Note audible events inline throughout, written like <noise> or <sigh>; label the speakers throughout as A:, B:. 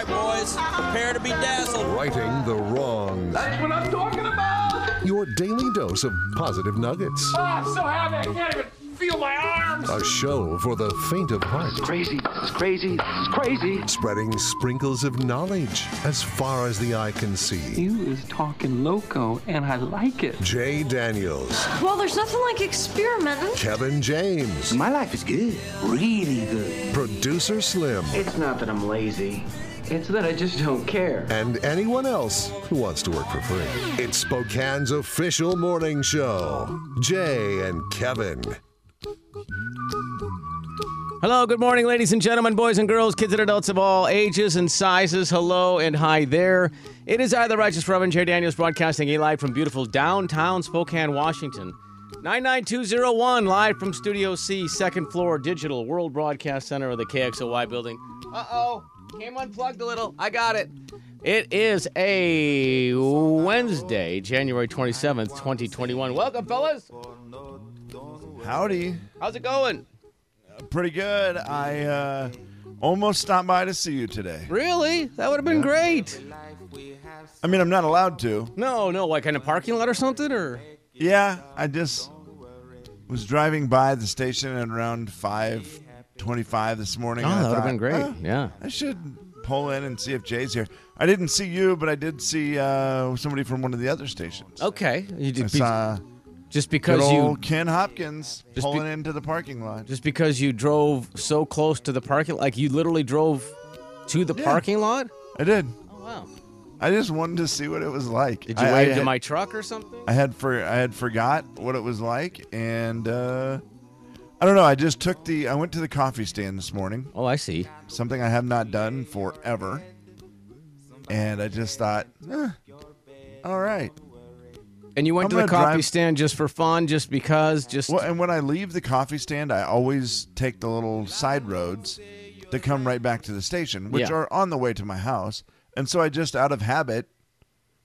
A: boys. Prepare to be dazzled.
B: Righting the wrongs.
C: That's what I'm talking about.
B: Your daily dose of positive nuggets.
C: Oh, I'm so happy. I can't even feel my arms.
B: A show for the faint of heart.
D: Crazy, it's crazy, it's crazy.
B: Spreading sprinkles of knowledge as far as the eye can see.
E: You is talking loco, and I like it.
B: Jay Daniels.
F: Well, there's nothing like experimenting.
B: Kevin James.
D: My life is good, really good.
B: Producer Slim.
G: It's not that I'm lazy. It's that I just don't care.
B: and anyone else who wants to work for free. It's Spokane's official morning show. Jay and Kevin.
H: Hello, good morning, ladies and gentlemen, boys and girls, kids and adults of all ages and sizes. Hello and hi there. It is I, the Righteous Reverend Jay Daniels, broadcasting a live from beautiful downtown Spokane, Washington. 99201, live from Studio C, second floor, digital, World Broadcast Center of the KXOY building. Uh oh, came unplugged a little. I got it. It is a Wednesday, January 27th, 2021. Welcome, fellas.
I: Howdy.
H: How's it going?
I: Pretty good. I uh, almost stopped by to see you today.
H: Really? That would have been great.
I: I mean, I'm not allowed to.
H: No, no, like in a parking lot or something, or
I: Yeah, I just was driving by the station at around 5:25 this morning. and I
H: would've
I: thought, "Oh,
H: yeah.
I: I should pull in and see if Jay's here. I didn't see you, but I did see uh, somebody from one of the other stations.
H: Okay, you
I: I
H: did, Oh, be,
I: saw
H: just
I: good
H: because you
I: old Ken Hopkins
H: Just
I: pulling
H: be-
I: into the parking lot.
H: just because you drove so close to the parking, like you literally drove to the
I: Yeah.
H: parking lot.
I: I did.
H: Oh wow!
I: I just wanted to see what it was like.
H: Did you
I: I,
H: wave
I: I
H: to
I: had-
H: my truck or something?
I: I had for I had forgot what it was like, and uh, I don't know. I just took the. I went to the coffee stand this morning,
H: Oh, I see.
I: something I have not done forever, and I just thought, eh, all right.
H: And you went
I: I'm
H: to the
I: gonna
H: coffee
I: drive-
H: stand just for fun, just because, just
I: Well, and when I leave the coffee stand, I always take the little side roads that come right back to the station, which
H: Yeah.
I: are on the way to my house, and so I just out of habit.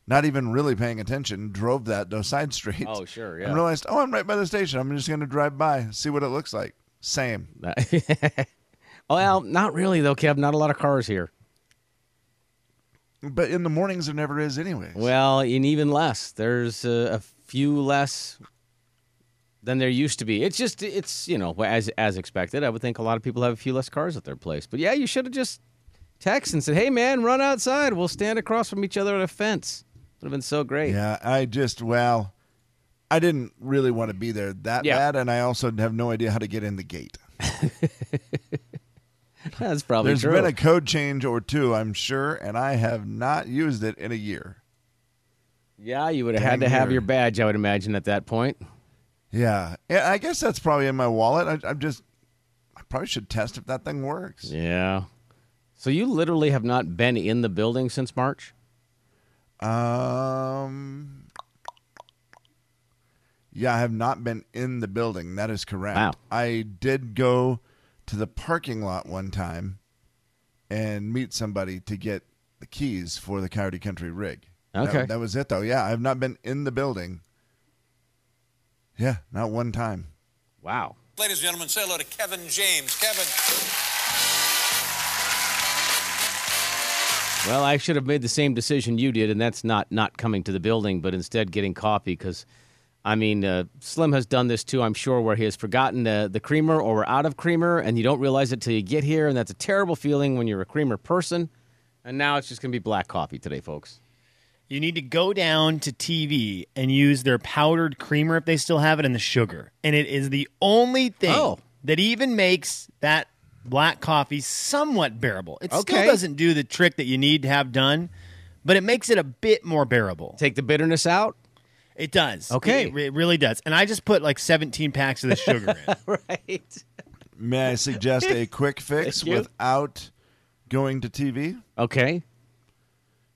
I: Not even really paying attention, drove that those side streets.
H: Oh, sure, yeah.
I: And realized, oh, I'm right by the station. I'm just going to drive by, see what it looks like. Same.
H: <laughs> well, not really though, Kev. Not a lot of cars here.
I: But in the mornings, there never is, anyways.
H: Well, and even less. There's a, a few less than there used to be. It's just it's you know as as expected. I would think a lot of people have a few less cars at their place. But yeah, you should have just texted and said, "Hey man, run outside. We'll stand across from each other at a fence." Would have been so great.
I: yeah, I just, well, I didn't really want to be there that
H: Yeah.
I: bad. And I also have no idea how to get in the gate.
H: <laughs> That's probably
I: There's
H: true.
I: been a code change or two, I'm sure, and I have not used it in a year.
H: yeah, you would have had to
I: Dang
H: have
I: near.
H: your badge. I would imagine at that point.
I: Yeah. yeah I guess that's probably in my wallet. I, I'm just, I probably should test if that thing works.
H: Yeah. So you literally have not been in the building since March.
I: Um. Yeah, I have not been in the building. That is correct.
H: Wow.
I: I did go to the parking lot one time and meet somebody to get the keys for the Coyote Country rig. That-
H: Okay.
I: That, was it, though. Yeah, I have not been in the building. Yeah, not one time.
H: Wow.
A: Ladies and gentlemen, say hello to Kevin James. Kevin.
H: Well, I should have made the same decision you did, and that's not not coming to the building, but instead getting coffee. Because, I mean, uh, Slim has done this too, I'm sure, where he has forgotten uh, the creamer or we're out of creamer, and you don't realize it till you get here, and that's a terrible feeling when you're a creamer person. And now it's just gonna be black coffee today, folks.
J: You need to go down to TV and use their powdered creamer if they still have it and the sugar. And it is the only thing
H: Oh.
J: that even makes that black coffee somewhat bearable. It
H: Okay.
J: still doesn't do the trick that you need to have done, but it makes it a bit more bearable.
H: Take the bitterness out.
J: It does.
H: Okay.
J: It, it really does. And I just put like 17 packs of the sugar in.
H: Right.
I: <laughs> May
J: <laughs>
I: I suggest a quick fix
H: Thank you.
I: without going to TV?
H: Okay.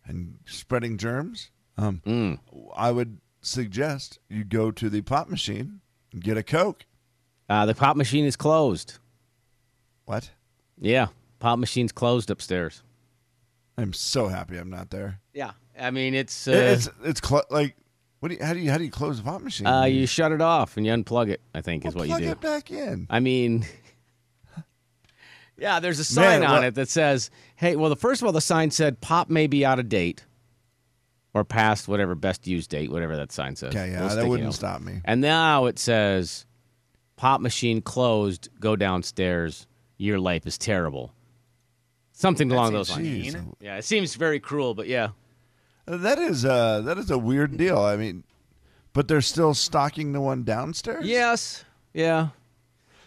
I: and spreading germs, um,
H: Mm.
I: I would suggest you go to the pop machine and get a Coke.
H: Uh, the pop machine is closed.
I: What?
H: Yeah, pop machine's closed upstairs.
I: I'm so happy I'm not there.
H: Yeah. I mean, it's uh,
I: It- it's it's clo- like, what do you, how do you how do you close a pop machine?
H: uh, you shut it off and you unplug it. I think is
I: Well,
H: what
I: plug
H: you do.
I: it back in.
H: I mean, <laughs> Yeah, there's a sign
I: Man,
H: on
I: what-
H: it that says, "Hey, well, the first of all, the sign said pop may be out of date, or past whatever best used date, whatever that sign says."
I: Okay, yeah,
H: Those
I: that
H: sticky
I: wouldn't
H: notes.
I: stop me.
H: And now it says, "Pop machine closed. Go downstairs. Your life is terrible." Something along those lines.
J: Mean.
I: Jeez.
H: Yeah, it seems very cruel, but yeah,
I: That is uh that is a weird deal. I mean, but they're still stalking the one downstairs.
H: yes, yeah.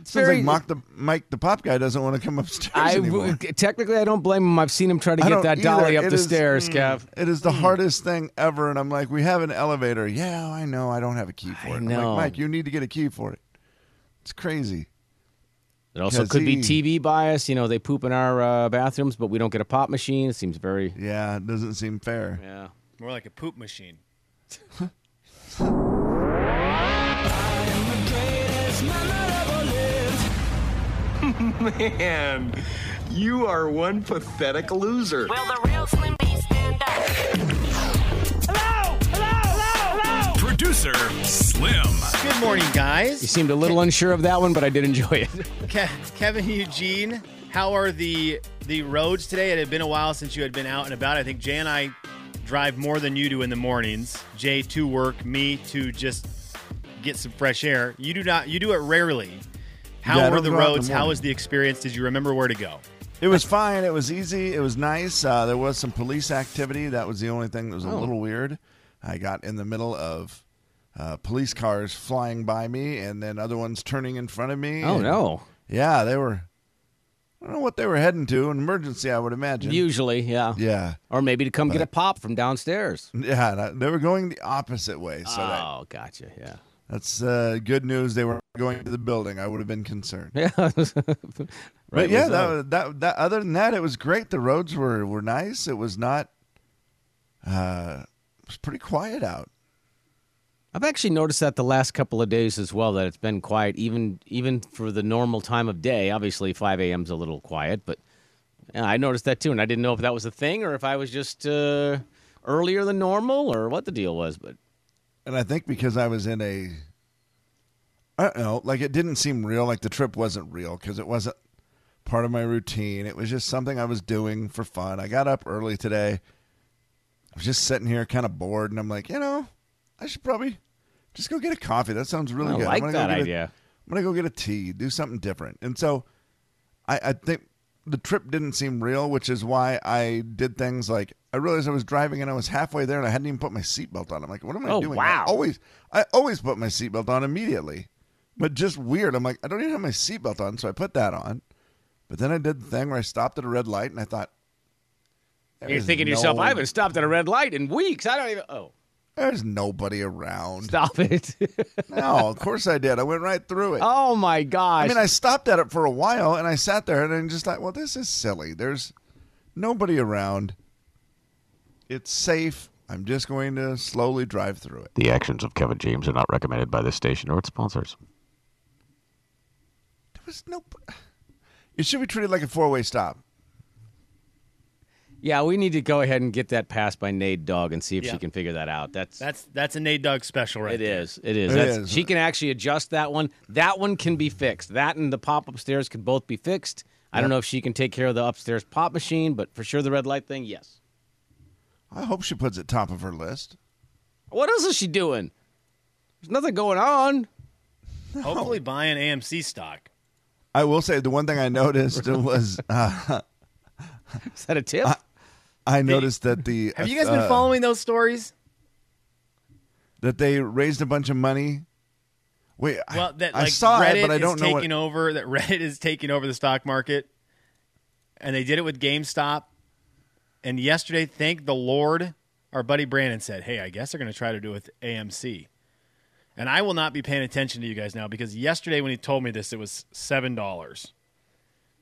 I: it sounds
H: very-
I: like Mike the, Mike the pop guy doesn't want to come upstairs
H: I
I: anymore.
H: w- technically I don't blame him. I've seen him try to
I: I
H: get
I: don't
H: that
I: either.
H: dolly up
I: It
H: the
I: is- mm,
H: stairs, Kev. Mm.
I: It is the hardest thing ever, and I'm like, we have an elevator. Yeah, I know. I don't have a key for it. I'm like,
H: know.
I: Mike, you need to get a key for it. It's crazy.
H: It also could be
I: Kazee.
H: TV bias. You know, they poop in our uh, bathrooms, but we don't get a pop machine. It seems very.
I: Yeah, it doesn't seem fair.
H: Yeah.
J: More like a poop machine.
G: Man, you are one pathetic loser.
K: Will the real Slim B stand up?
L: Producer Slim.
J: Good morning,
H: You
J: guys.
H: seemed a little unsure of that one, but I did enjoy it.
J: Ke- Kevin Eugene, how are the the roads today? It had been a while since you had been out and about. I think Jay and I drive more than you do in the mornings. Jay to work, me to just get some fresh air. You do not. You do it rarely. How
I: Yeah, I
J: were
I: don't
J: the
I: go out in the
J: roads? how
I: morning.
J: was the experience? Did you remember where to go?
I: It was fine. It was easy. It was nice. Uh, there was some police activity. That was the only thing that was a
H: Oh.
I: little weird. I got in the middle of uh, police cars flying by me, and then other ones turning in front of
H: <laughs>
I: me.
H: Oh,
I: and-
H: no.
I: Yeah, they were. I don't know what they were heading to. An emergency, I would
H: <laughs>
I: imagine.
H: Usually, yeah.
I: yeah,
H: Or maybe to come get a pop from downstairs.
I: yeah. and I- They were going the opposite way, so that,
H: oh, gotcha. Yeah.
I: that's uh, good news. They were going to the building. I would have been concerned.
H: Yeah. right <laughs>
I: but yeah,
H: was
I: that,
H: up.
I: was- that that other than that, it was great. The roads were were nice. It was not. Uh, it was pretty quiet out.
H: I've actually noticed that the last couple of days as well. That it's been quiet, even even for the normal time of day. Obviously, five a.m. is a little quiet, but yeah, I noticed that too, and I didn't know if that was a thing or if I was just uh, earlier than normal or what the deal was. But
I: And I think because I was in a, I don't know, like it didn't seem real. Like the trip wasn't real because it wasn't part of my routine. It was just something I was doing for fun. I got up early today. I was just sitting here, kind of bored, and I'm like, you know, I should probably just go get a coffee. That sounds really
H: I
I: good. I'm
H: like
I: gonna go
H: that
I: get a-
H: idea.
I: I'm gonna go get a tea, do something different. And so I, I think the trip didn't seem real, which is why I did things like I realized I was driving and I was halfway there and I hadn't even put my seatbelt on. I'm like, what am I
H: Oh,
I: doing?
H: wow.
I: I always I always put my seatbelt on immediately. But just weird. I'm like, I don't even have my seatbelt on, so I put that on. But then I did the thing where I stopped at a red light and I thought
H: You're
I: "There's
H: thinking to yourself,
I: no-
H: I haven't stopped at a red light in weeks. I don't even. Oh,
I: There's nobody around.
H: stop it. <laughs>
I: No, of course I did. I went right through it.
H: oh my gosh.
I: I mean, I stopped at it for a while and I sat there and I just thought, well, this is silly. There's nobody around. It's safe. I'm just going to slowly drive through it.
M: The actions of Kevin James are not recommended by this station or its sponsors.
I: There was no. It should be treated like a four way stop.
H: yeah, we need to go ahead and get that passed by Nade Dog and see if
J: Yeah.
H: she can figure that out. That's
J: That's that's a Nate Dog special, right?
H: It
J: there.
H: is. It is.
I: It
H: That's,
I: is.
H: She can actually adjust that one. That one can be fixed. That and the pop upstairs can both be fixed. I don't know if she can take care of the upstairs pop machine, but for sure the red light thing, yes.
I: I hope she puts it top of her list.
H: What else is she doing? There's nothing going on. <laughs>
J: Hopefully, buying AMC stock.
I: I will say the one thing
M: <laughs>
I: I noticed was uh,
H: Is that a tip?
I: I noticed that the
J: Have you guys been
I: uh,
J: following those stories?
I: that they raised a bunch of money. Wait, I-
J: Well, that
I: I,
J: like
I: saw
J: Reddit
I: it, but I don't
J: is
I: know what.
J: taking over. That Reddit is taking over the stock market, and they did it with GameStop. And yesterday, thank the Lord, our buddy Brandon said, "Hey, I guess they're going to try to do it with AMC." And I will not be paying attention to you guys now because yesterday when he told me this, it was seven dollars,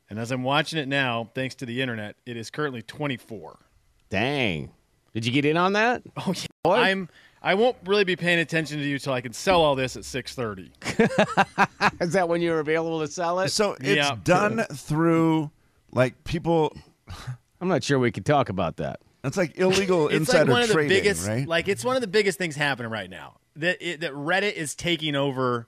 J: and as I'm watching it now, thanks to the internet, it is currently twenty four.
H: Dang. Did you get in on that? <laughs>
J: Oh yeah, I'm. I won't really be paying attention to you till I can sell all this at six thirty.
H: Is that when you were available to sell it?
I: <laughs> So it's
J: Yeah.
I: done through like people
H: I'm not sure we could talk about that.
I: That's like
J: <laughs>
I: illegal
J: it's
I: insider
J: like one of the
I: trading,
J: biggest,
I: right?
J: Like it's one of the biggest things happening right now. That it, that Reddit is taking over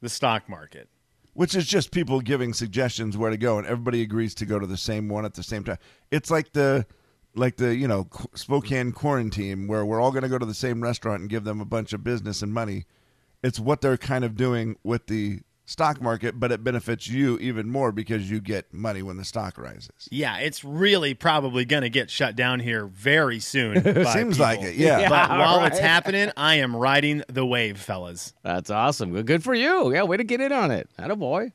J: the stock market.
I: which is just people giving suggestions where to go, and everybody agrees to go to the same one at the same time. It's like the like the you know Qu- Spokane quarantine where we're all going to go to the same restaurant and give them a bunch of business and money. It's what they're kind of doing with the stock market, but it benefits you even more because you get money when the stock rises.
J: Yeah, it's really probably going to get shut down here very soon. by
I: Seems
J: people.
I: like <laughs> it, yeah. <laughs> Yeah,
J: But while it's
I: right.
J: happening, I am riding the wave, fellas.
H: That's awesome. Well, Good for you. Yeah, way to get in on it. Atta boy.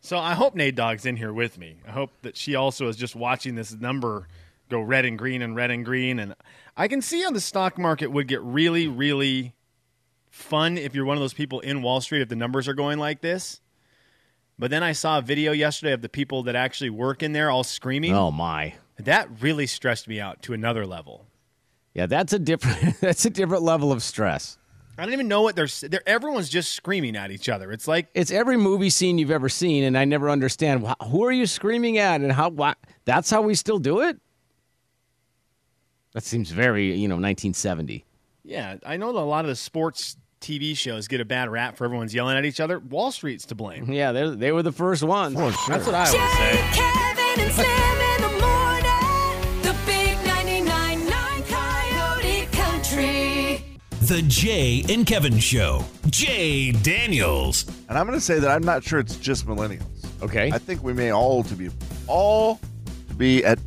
J: So I hope Nate Dogg's in here with me. I hope that she also is just watching this number go red and green and red and green. And I can see how the stock market would get really, really fun if you're one of those people in Wall Street if the numbers are going like this. But then I saw a video yesterday of the people that actually work in there all screaming.
H: Oh my.
J: That really stressed me out to another level.
H: Yeah, that's a different <laughs> that's a different level of stress.
J: I don't even know what they're, s- they're everyone's just screaming at each other. It's like
H: It's every movie scene you've ever seen, and I never understand wh- who are you screaming at and how. Why, that's how we still do it. That seems very you know 1970.
J: Yeah, I know that a lot of the sports TV shows get a bad rap for everyone's yelling at each other. Wall Street's to blame.
H: Yeah, they they were the first ones.
J: That's what I always say.
K: Kevin and Slim in the morning. The big 99.9 Coyote Country.
I: The Jay and Kevin Show. Jay Daniels. And I'm going to say that I'm not sure it's just millennials.
H: Okay.
I: I think we may all to be all to be at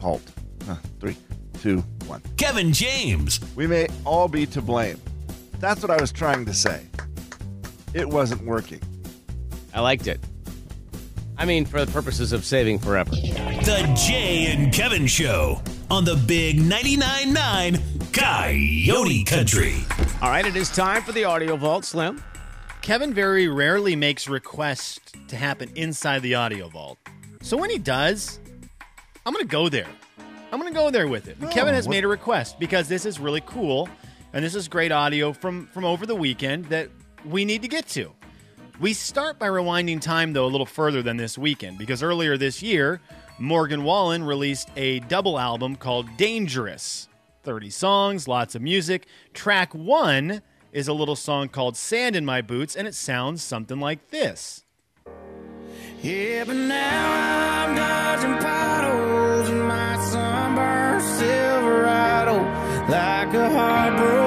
I: halt. Huh, three, two, one. Kevin James. We may all be to blame. That's what I was trying to say. It wasn't working.
H: I liked it. I mean, for the purposes of saving forever.
N: The Jay and Kevin Show on the Big 99.9 Coyote Country.
H: All right, it is time for the audio vault, Slim.
J: Kevin very rarely makes requests to happen inside the audio vault. So when he does, I'm going to go there. I'm going to go there with it. And Kevin has
O: what-
J: made a request because this is really cool and this is great audio from from over the weekend that we need to get to. We start by rewinding time though a little further than this weekend because earlier this year, Morgan Wallen released a double album called Dangerous. 30 songs, lots of music. Track 1 is a little song called Sand in My Boots and it sounds something like this.
O: Yeah, but now I'm dodging potholes in my sunburned Silverado, like a heartbroken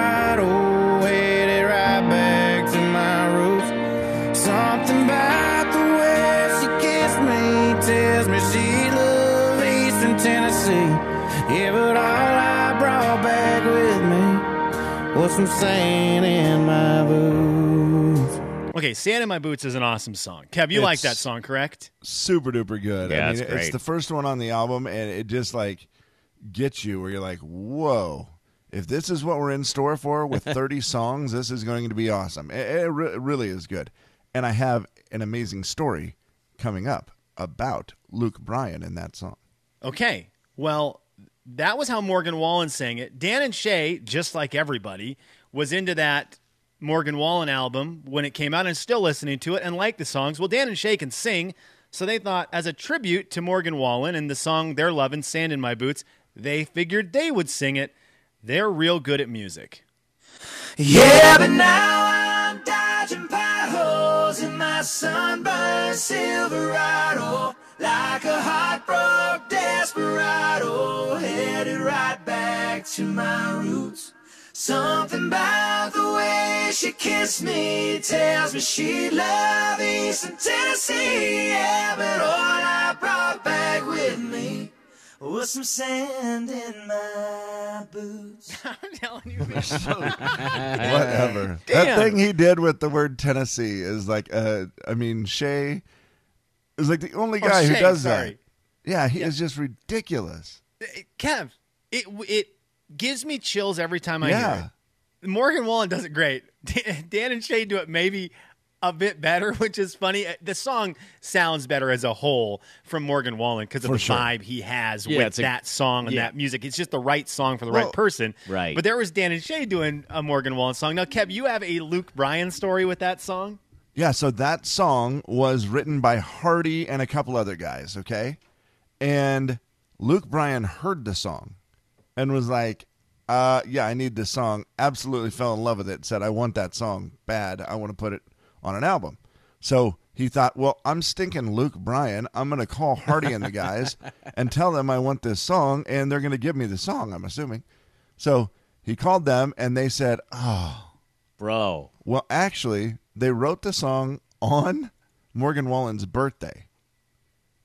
O: desperado, headed right back to my roots. Something about the way she kissed me tells me she loved Eastern Tennessee. Yeah, but all I brought back with me was some sand in my boots.
J: Okay, Sand in My Boots is an awesome song. Kev, you
I: It's-
J: like that song, correct?
I: Super duper good.
J: Yeah,
I: I mean,
J: it's great.
I: the first one on the album, and it just like gets you where you're like, whoa. If this is what we're in store for <laughs> with 30 songs, this is going to be awesome. It, it re- it really is good. And I have an amazing story coming up about Luke Bryan in that song.
J: Okay. Well, that was how Morgan Wallen sang it. Dan and Shay, just like everybody, was into that Morgan Wallen album when it came out and still listening to it and like the songs. Well, Dan and Shay can sing, so they thought as a tribute to Morgan Wallen and the song they're loving, Sand in My Boots, they figured they would sing it. They're real good at music.
O: Yeah, but now I'm dodging potholes in my sunburned Silverado, like a heartbroken desperado, headed right back to my roots. Something about the way she kissed me tells me she loved Eastern Tennessee. Yeah, but all I brought back with me was some sand in my boots. I'm <laughs> telling you,
I: Whatever. That
O: Damn.
I: thing he did with the word Tennessee is like, uh, I mean, Shay is like the only
J: Oh,
I: guy who
J: Shay,
I: does
J: sorry.
I: that. Yeah, he is just ridiculous.
J: Kev, it it gives me chills every time I
I: Yeah.
J: hear it. Morgan Wallen does it great. <laughs> Dan and Shay do it maybe a bit better, <laughs> which is funny. Uh, The song sounds better as a whole from Morgan Wallen because of
H: For
J: the
H: sure.
J: vibe he has
H: Yeah,
J: with
H: it's a-
J: that song and
H: yeah.
J: that music. It's just the right song for the
H: Well-
J: right person.
H: Right.
J: But there was Dan and Shay doing a Morgan Wallen song. Now, Kev, you have a Luke Bryan story with that song?
I: Yeah, so that song was written by Hardy and a couple other guys, okay? And Luke Bryan heard the song and was like, uh, yeah, I need this song. Absolutely fell in love with it. Said, I want that song bad. I want to put it on an album. So he thought, well, I'm stinking Luke Bryan. I'm going to call Hardy and the guys and tell them I want this song, and they're going to give me the song, I'm assuming. So he called them, and they said, oh.
H: Bro.
I: Well, actually, they wrote the song on Morgan Wallen's birthday.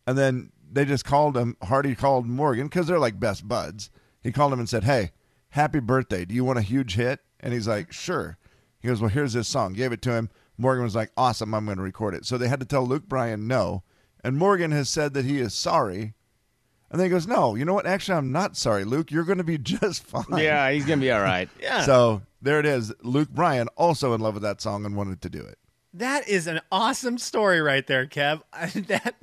I: And then they just called him, Hardy called Morgan, because they're like best buds. He called him and said, hey, happy birthday. Do you want a huge hit? And he's like, sure. He goes, well, here's this song. Gave it to him. Morgan was like, awesome, I'm going to record it. So they had to tell Luke Bryan no. And Morgan has said that he is sorry. And then he goes, no, you know what? Actually, I'm not sorry, Luke. You're going to be <laughs> just fine.
H: Yeah, he's going to be all right. yeah.
I: So there it is. Luke Bryan also in love with that song and wanted to do it.
J: That is an awesome story right there, Kev. <laughs> I- that,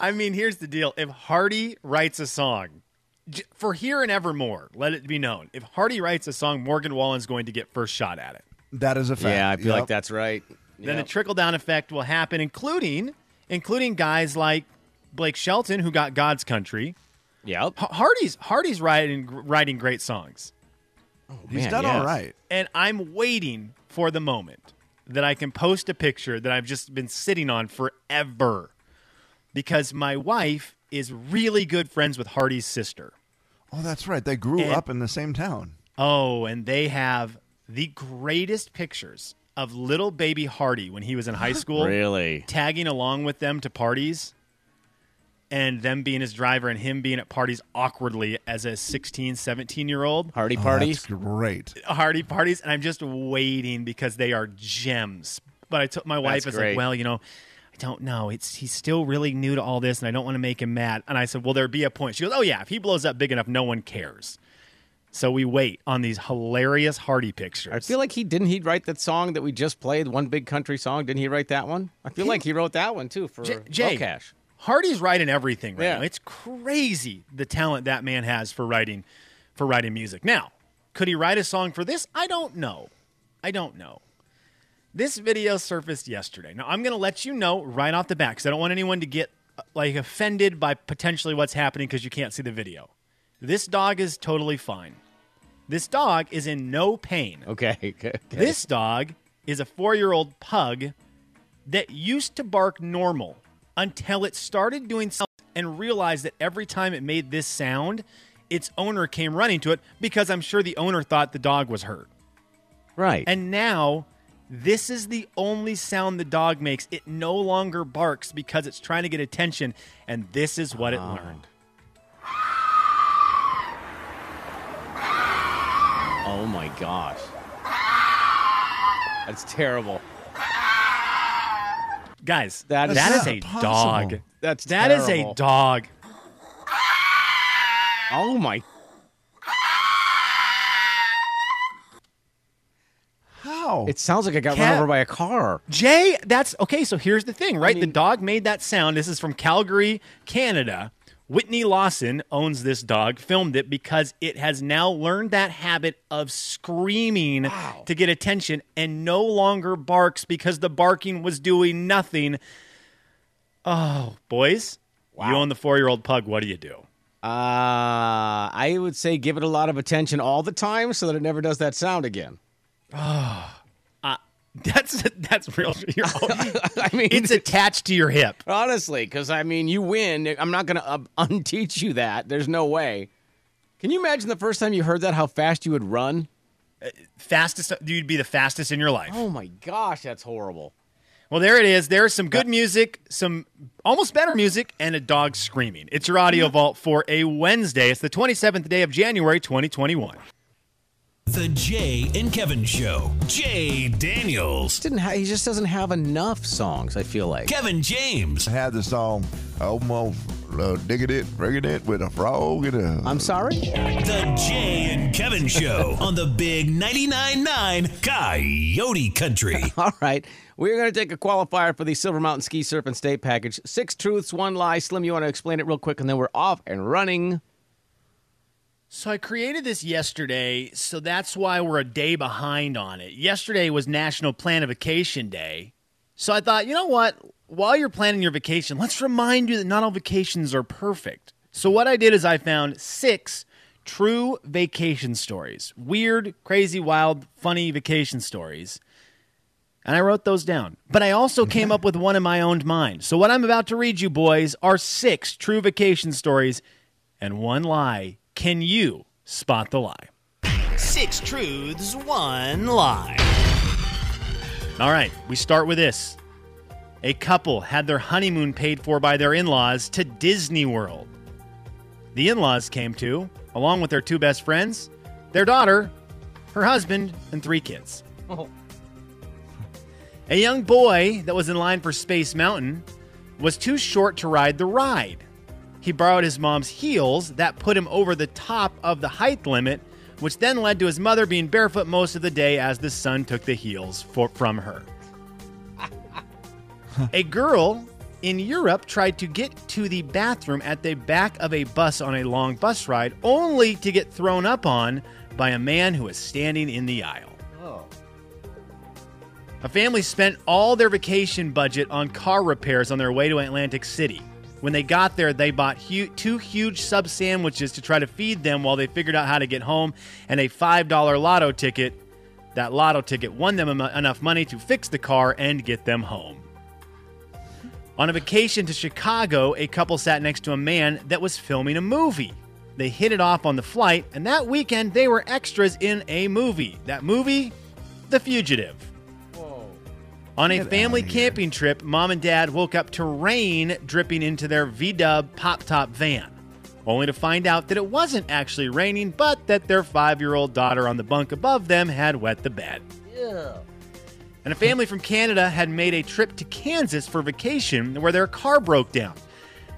J: I mean, here's the deal: if Hardy writes a song j- for here and evermore, let it be known. If Hardy writes a song, Morgan Wallen's going to get first shot at it.
I: That is a fact.
H: Yeah, I feel
I: Yep.
H: like that's right.
J: Then
H: Yep.
J: the trickle down effect will happen, including including guys like Blake Shelton, who got God's Country.
H: Yeah,
J: Hardy's Hardy's writing writing great songs.
I: He's man, done all yes. right.
J: and I'm waiting for the moment that I can post a picture that I've just been sitting on forever, because my wife is really good friends with Hardy's sister.
I: Oh, that's right. They grew
J: And-
I: up in the same town.
J: Oh, and they have the greatest pictures of little baby Hardy when he was in high
H: <laughs>
J: school.
H: Really?
J: Tagging along with them to parties and them being his driver and him being at parties awkwardly as a 16, 17 year old.
H: Hardy
I: Oh, That's great.
J: Hardy parties. And I'm just waiting because they are gems. But I took my wife as
H: That's
J: like,
H: great.
J: well, you know, I don't know. It's he's still really new to all this, and I don't want to make him mad. And I said, "Will there be a point?" She goes, "Oh yeah, if he blows up big enough, no one cares." So we wait on these hilarious Hardy pictures.
H: I feel like he didn't he write that song that we just played, one big country song. Didn't he write that one? I feel like he wrote that one too for
J: J-
H: Low
J: Jay,
H: Cash.
J: Hardy's writing everything right
H: Yeah.
J: now. It's crazy the talent that man has for writing, for writing music. Now, could he write a song for this? I don't know. I don't know. This video surfaced yesterday. Now I'm going to let you know right off the bat because I don't want anyone to get uh, like offended by potentially what's happening because you can't see the video. This dog is totally fine. This dog is in no pain.
H: Okay. <laughs> okay.
J: This dog is a four year old pug that used to bark normal until it started doing something and realized that every time it made this sound, its owner came running to it because I'm sure the owner thought the dog was hurt.
H: Right.
J: And now this is the only sound the dog makes. It no longer barks because it's trying to get attention, and this is what it
H: Ah.
J: learned.
H: Oh my gosh. That's terrible.
J: Guys,
H: that is,
J: That's not a possible. dog.
H: That's
J: That is a dog.
H: Oh my.
I: How?
H: It sounds like I got
J: Cat-
H: run over by a car.
J: Jay, that's okay. So here's the thing, right? the dog made that sound. This is from Calgary, Canada. Whitney Lawson owns this dog, filmed it because it has now learned that habit of screaming to get attention and no longer barks because the barking was doing nothing. Oh, boys, you own the four year old pug. What do you do? <laughs>
H: Uh, I would say give it a lot of attention all the time so that it never does that sound again. <laughs>
J: Uh, that's that's real. You're,
H: I mean,
J: it's attached to your hip.
H: Honestly, because I mean, you win. I'm not going to uh, <laughs> unteach you that. There's no way. Can you imagine the first time you heard that, how fast you would run?
J: fastest, you'd be the fastest in your life.
H: Oh my gosh, that's horrible.
J: Well, there it is. There's some good music, some almost better music, and a dog screaming. It's your audio vault for a Wednesday. It's the 27th day of January, 2021.
N: The Jay and Kevin Show. Jay Daniels.
H: Didn't ha- he just doesn't have enough songs, I feel like.
N: Kevin James.
I: I had the song almost uh, digging it, bringing it with a frog and a.
H: I'm sorry? <laughs>
N: The Jay and Kevin Show on the Big 99.9 Coyote Country.
H: All right. We're going to take a qualifier for the Silver Mountain Ski Surf and State Package. Six truths, one lie. Slim, you want to explain it real quick, and then we're off and running.
J: So I created this yesterday, so that's why we're a day behind on it. Yesterday was National Planification Day. So I thought, you know what? While you're planning your vacation, let's remind you that not all vacations are perfect. So what I did is I found six true vacation stories. Weird, crazy, wild, funny vacation stories. And I wrote those down. But I also came up with one in my own mind. So what I'm about to read you boys are six true vacation stories and one lie. Can you spot the lie?
N: Six truths, one lie.
J: All right, we start with this. A couple had their honeymoon paid for by their in laws to Disney World. The in laws came to, along with their two best friends, their daughter, her husband, and three kids. A young boy that was in line for Space Mountain was too short to ride the ride. He borrowed his mom's heels that put him over the top of the height limit, which then led to his mother being barefoot most of the day as the son took the heels for, from her. a girl in Europe tried to get to the bathroom at the back of a bus on a long bus ride, only to get thrown up on by a man who was standing in the aisle.
P: Oh.
J: A family spent all their vacation budget on car repairs on their way to Atlantic City. When they got there, they bought hu- two huge sub sandwiches to try to feed them while they figured out how to get home, and a $5 lotto ticket. That lotto ticket won them em- enough money to fix the car and get them home. On a vacation to Chicago, a couple sat next to a man that was filming a movie. They hit it off on the flight, and that weekend they were extras in a movie. That movie, The Fugitive. On a
Q: Get
J: family
Q: outta
J: camping trip, mom and dad woke up to rain dripping into their V Dub pop top van, only to find out that it wasn't actually raining, but that their five year old daughter on the bunk above them had wet the bed.
P: Yeah.
J: And a family from Canada had made a trip to Kansas for vacation where their car broke down.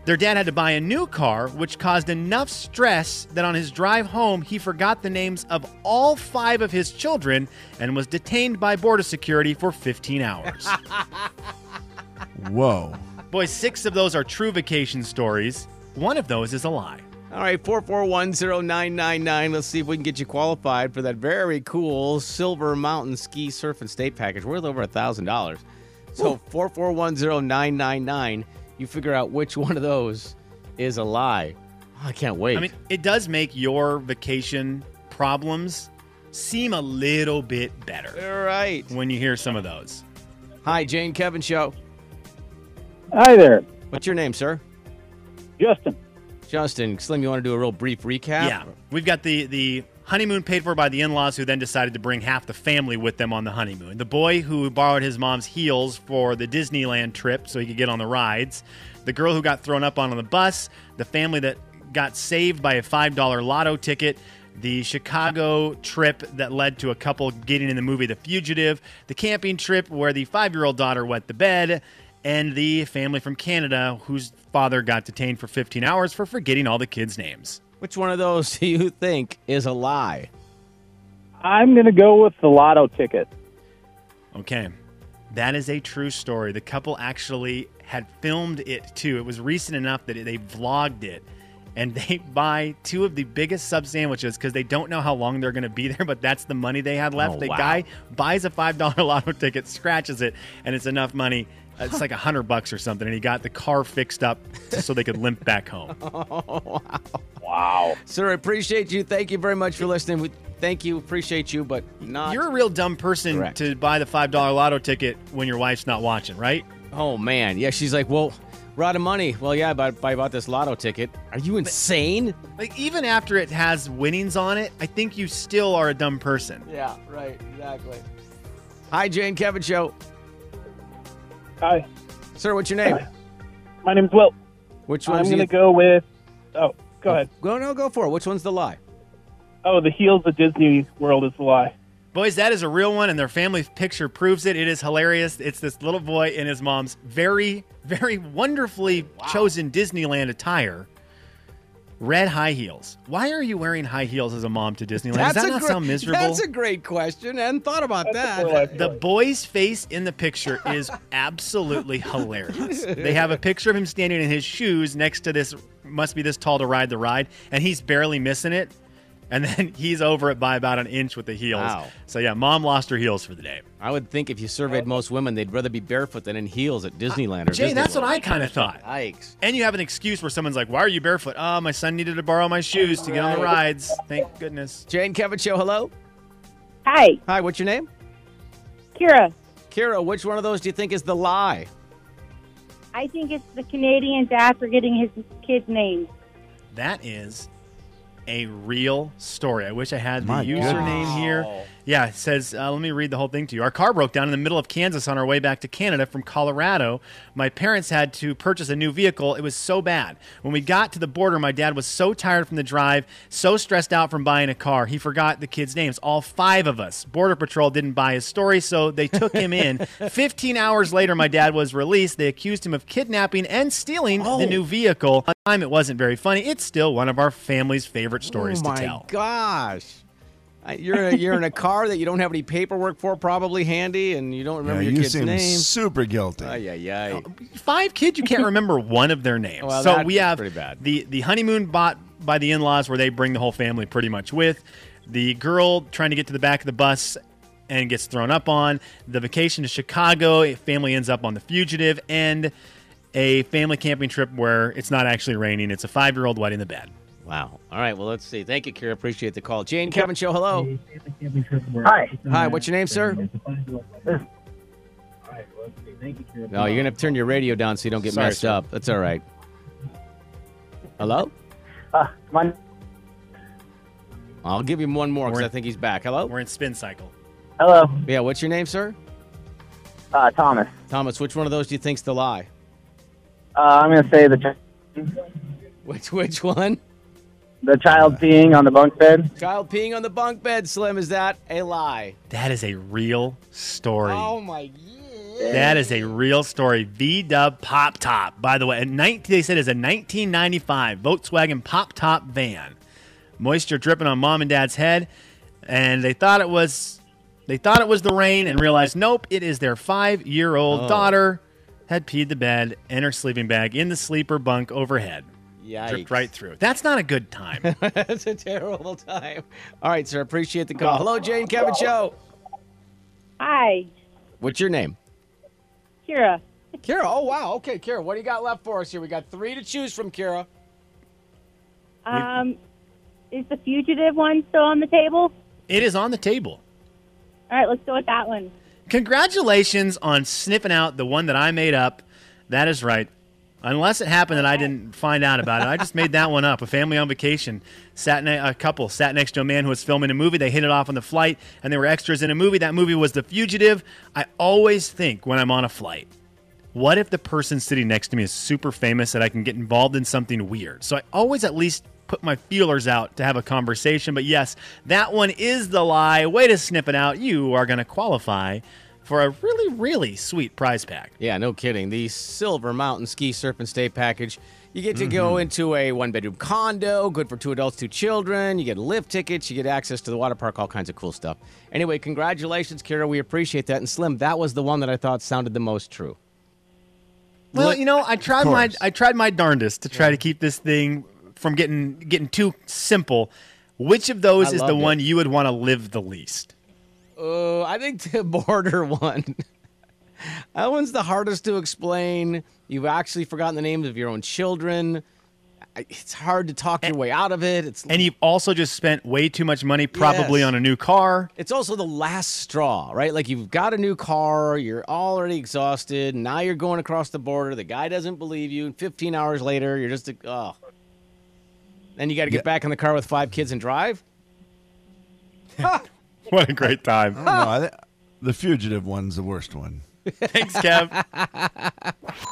J: Their dad had to buy a new car, which caused enough stress that on his drive home, he forgot the names of all five of his children and was detained by border security for
Q: <laughs>
J: 15 hours.
I: Whoa.
J: Boy, six of those are true vacation stories. One of those is a lie.
H: All right, 4410999. Let's see if we can get you qualified for that very cool Silver Mountain Ski Surf and State package worth over $1,000. So 4410999, you figure out which one of those is a lie. Oh, I can't wait.
J: I mean, it does make your vacation problems seem a little bit better.
H: All right.
J: When you hear some of those.
H: Hi, Jane Kevin Show.
R: Hi there.
H: What's your name, sir?
R: Justin.
H: Justin, Slim, you want to do a real brief recap?
J: Yeah. We've got the the honeymoon paid for by the in-laws who then decided to bring half the family with them on the honeymoon. The boy who borrowed his mom's heels for the Disneyland trip so he could get on the rides. The girl who got thrown up on on the bus, the family that got saved by a $5 lotto ticket, the Chicago trip that led to a couple getting in the movie The Fugitive, the camping trip where the 5-year-old daughter wet the bed, and the family from Canada whose father got detained for 15 hours for forgetting all the kids' names.
H: Which one of those <laughs> do you think is a lie?
R: I'm going to go with the lotto ticket.
J: Okay. That is a true story. The couple actually had filmed it too. It was recent enough that they vlogged it. And <laughs> they buy two of the biggest sub sandwiches because they don't know how long they're going to be there, but that's the money they had left.
H: Oh,
J: the
H: wow.
J: guy buys a $5 <laughs> lotto ticket, scratches it, and it's enough money. Uh, It's like a hundred bucks or something. And he got the car fixed up so they could limp back
H: <laughs>
J: home.
R: Wow.
H: Sir, I appreciate you. Thank you very much for listening. We- Thank you. Appreciate you, but not.
J: You're a real dumb person to buy the $5 lotto ticket when your wife's not watching, right?
H: Oh, man. Yeah, she's like, well, we're out of money. Well, yeah, but but I bought this lotto ticket. Are you insane?
J: Like even after it has winnings on it, I think you still are a dumb person.
H: Yeah, right. Exactly. Hi, Jane Kevin Show.
R: Hi.
H: Sir, what's your name?
R: My name's Will.
H: Which
R: I'm
H: one's
R: going to
H: you-
R: go with. Oh, go ahead.
H: Go, no, go for it. Which one's the lie?
R: Oh, the heels of Disney World is the lie.
J: Boys, that is a real one, and their family picture proves it. It is hilarious. It's this little boy in his mom's very, very wonderfully
H: Oh,
J: chosen Disneyland attire. Red high heels. Why are you wearing high heels as a mom to Disneyland? Does that
H: a
J: not
H: great-
J: sound miserable?
H: That's a great question. I hadn't thought about that.
J: The boy's face in the picture is absolutely hilarious. They have a picture of him standing in his shoes next to this must be this tall to ride the ride, and he's barely missing it. And then <laughs> he's over it by about an inch with the heels.
H: Wow.
J: So yeah, mom lost her heels for the day.
H: I would think if you surveyed most women, they'd rather be barefoot than in heels at Disneyland or
J: Jay,
H: Disney
J: that's what
H: World.
J: I kind of thought.
H: Yikes.
J: And you have an excuse where someone's like, "Why are you barefoot?" Oh, my son needed to borrow my shoes to get on the
H: Right.
J: rides. Thank goodness.
H: Jane Kevin Show, hello.
S: Hi.
H: Hi, what's your name?
S: Kira.
H: Kira, which one of those do you think is the lie?
P: I think it's the Canadian dad forgetting his kid's name.
J: That is a real story. I wish I had the
I: My
J: username
I: goodness.
J: here. Yeah, it says, uh, let me read the whole thing to you. Our car broke down in the middle of Kansas on our way back to Canada from Colorado. My parents had to purchase a new vehicle. It was so bad. When we got to the border, my dad was so tired from the drive, so stressed out from buying a car. He forgot the kids' names, all five of us. Border Patrol didn't buy his story, so they took him
H: <laughs>
J: in. 15 hours later, my dad was released. They accused him of kidnapping and stealing
H: Oh.
J: the new vehicle. At the time, it wasn't very funny. It's still one of our family's favorite stories
H: oh my
J: to tell.
H: gosh. I- You're in a, you're in a car that you don't have any paperwork for, probably handy, and you don't remember
I: Yeah,
H: your
I: you
H: kid's
I: seem Oh,
H: name.
I: super guilty.
H: yeah, yeah.
J: Five kids, you can't
H: <laughs>
J: remember one of their names.
H: Well,
J: so
H: that
J: we
H: is
J: have
H: pretty bad.
J: the the honeymoon bought by the in laws, where they bring the whole family pretty much with the girl trying to get to the back of the bus and gets thrown up on the vacation to Chicago. A family ends up on the fugitive and a family camping trip where it's not actually raining. It's a five year old wet in the bed.
H: Wow. All right. Well, let's see. Thank you, Kira. Appreciate the call. Jane, Kevin, show hello.
Q: Hi.
H: Hi. What's your name, sir? No, you're gonna turn your radio down so you don't get
Q: Sorry,
H: messed
Q: sir.
H: up. That's all right. Hello.
Q: Uh, my,
H: I'll give him one more because I think he's back. Hello.
J: We're in spin cycle.
Q: hello,
H: Yeah. What's your name, sir?
Q: uh, Thomas.
H: Thomas. Which one of those do you think's the lie?
Q: Uh, I'm going to say the ch-
H: Which which one?
Q: the child peeing on the bunk bed.
H: Child peeing on the bunk bed. Slim. Is that a lie?
J: That is a real story.
H: Oh my.
J: That is a real story. V Dub Pop Top, by the way. A 19, they said is a 1995 Volkswagen Pop Top van. Moisture dripping on mom and dad's head, and they thought it was they thought it was the rain, and realized nope, it is their five year old
H: Oh.
J: daughter had peed the bed and her sleeping bag in the sleeper bunk overhead.
H: Yikes.
J: Dripped right through. That's not a good time.
H: <laughs> That's a terrible time. All right, sir. Appreciate the call. Hello, Jane, Kevin, show.
P: Hi,
H: What's your name?
P: Kira.
H: Kira. Oh wow. Okay, Kira. What do you got left for us here? We got three to choose from, Kira.
P: Um, is the fugitive one still on the table?
J: it is on the table.
P: All right, let's go with that one.
J: Congratulations on sniffing out the one that I made up. That is right. Unless it happened that I didn't find out about it, I just made that one up. A family on vacation sat ne- a couple sat next to a man who was filming a movie. They hit it off on the flight, and they were extras in a movie. That movie was The Fugitive. I always think when I'm on a flight, what if the person sitting next to me is super famous that I can get involved in something weird? So I always at least put my feelers out to have a conversation. But yes, that one is the lie. Way to snip it out. You are going to qualify for a really, really sweet prize pack.
H: Yeah, no kidding. The Silver Mountain Ski Surf and Stay package. You get to go into a one bedroom condo, good for two adults, two children. You get lift tickets, you get access to the water park, all kinds of cool stuff. Anyway, congratulations, Kira. We appreciate that. And Slim, that was the one that I thought sounded the most true.
J: Well,
H: Look-
J: you know, I tried
H: Of
J: my
H: course.
J: I tried my darndest to try to keep this thing from getting getting too simple. Which of those
H: I
J: is the
H: loved it.
J: one you would want to live the least?
H: Uh, I think the <laughs> border one. that one's the hardest to explain. You've actually forgotten the names of your own children. I- It's hard to talk your way out of it. It's
J: And you've also just spent way too much money probably
H: Yes.
J: on a new car.
H: It's also the last straw, right? Like you've got a new car, you're already exhausted, and now you're going across the border. The guy doesn't believe you, and 15 hours later, you're just oh. Then you got to get back in the car with five kids and drive.
J: What a great time. <laughs>
I: I don't know. I thi- the fugitive one's the worst one.
J: Thanks, Kev.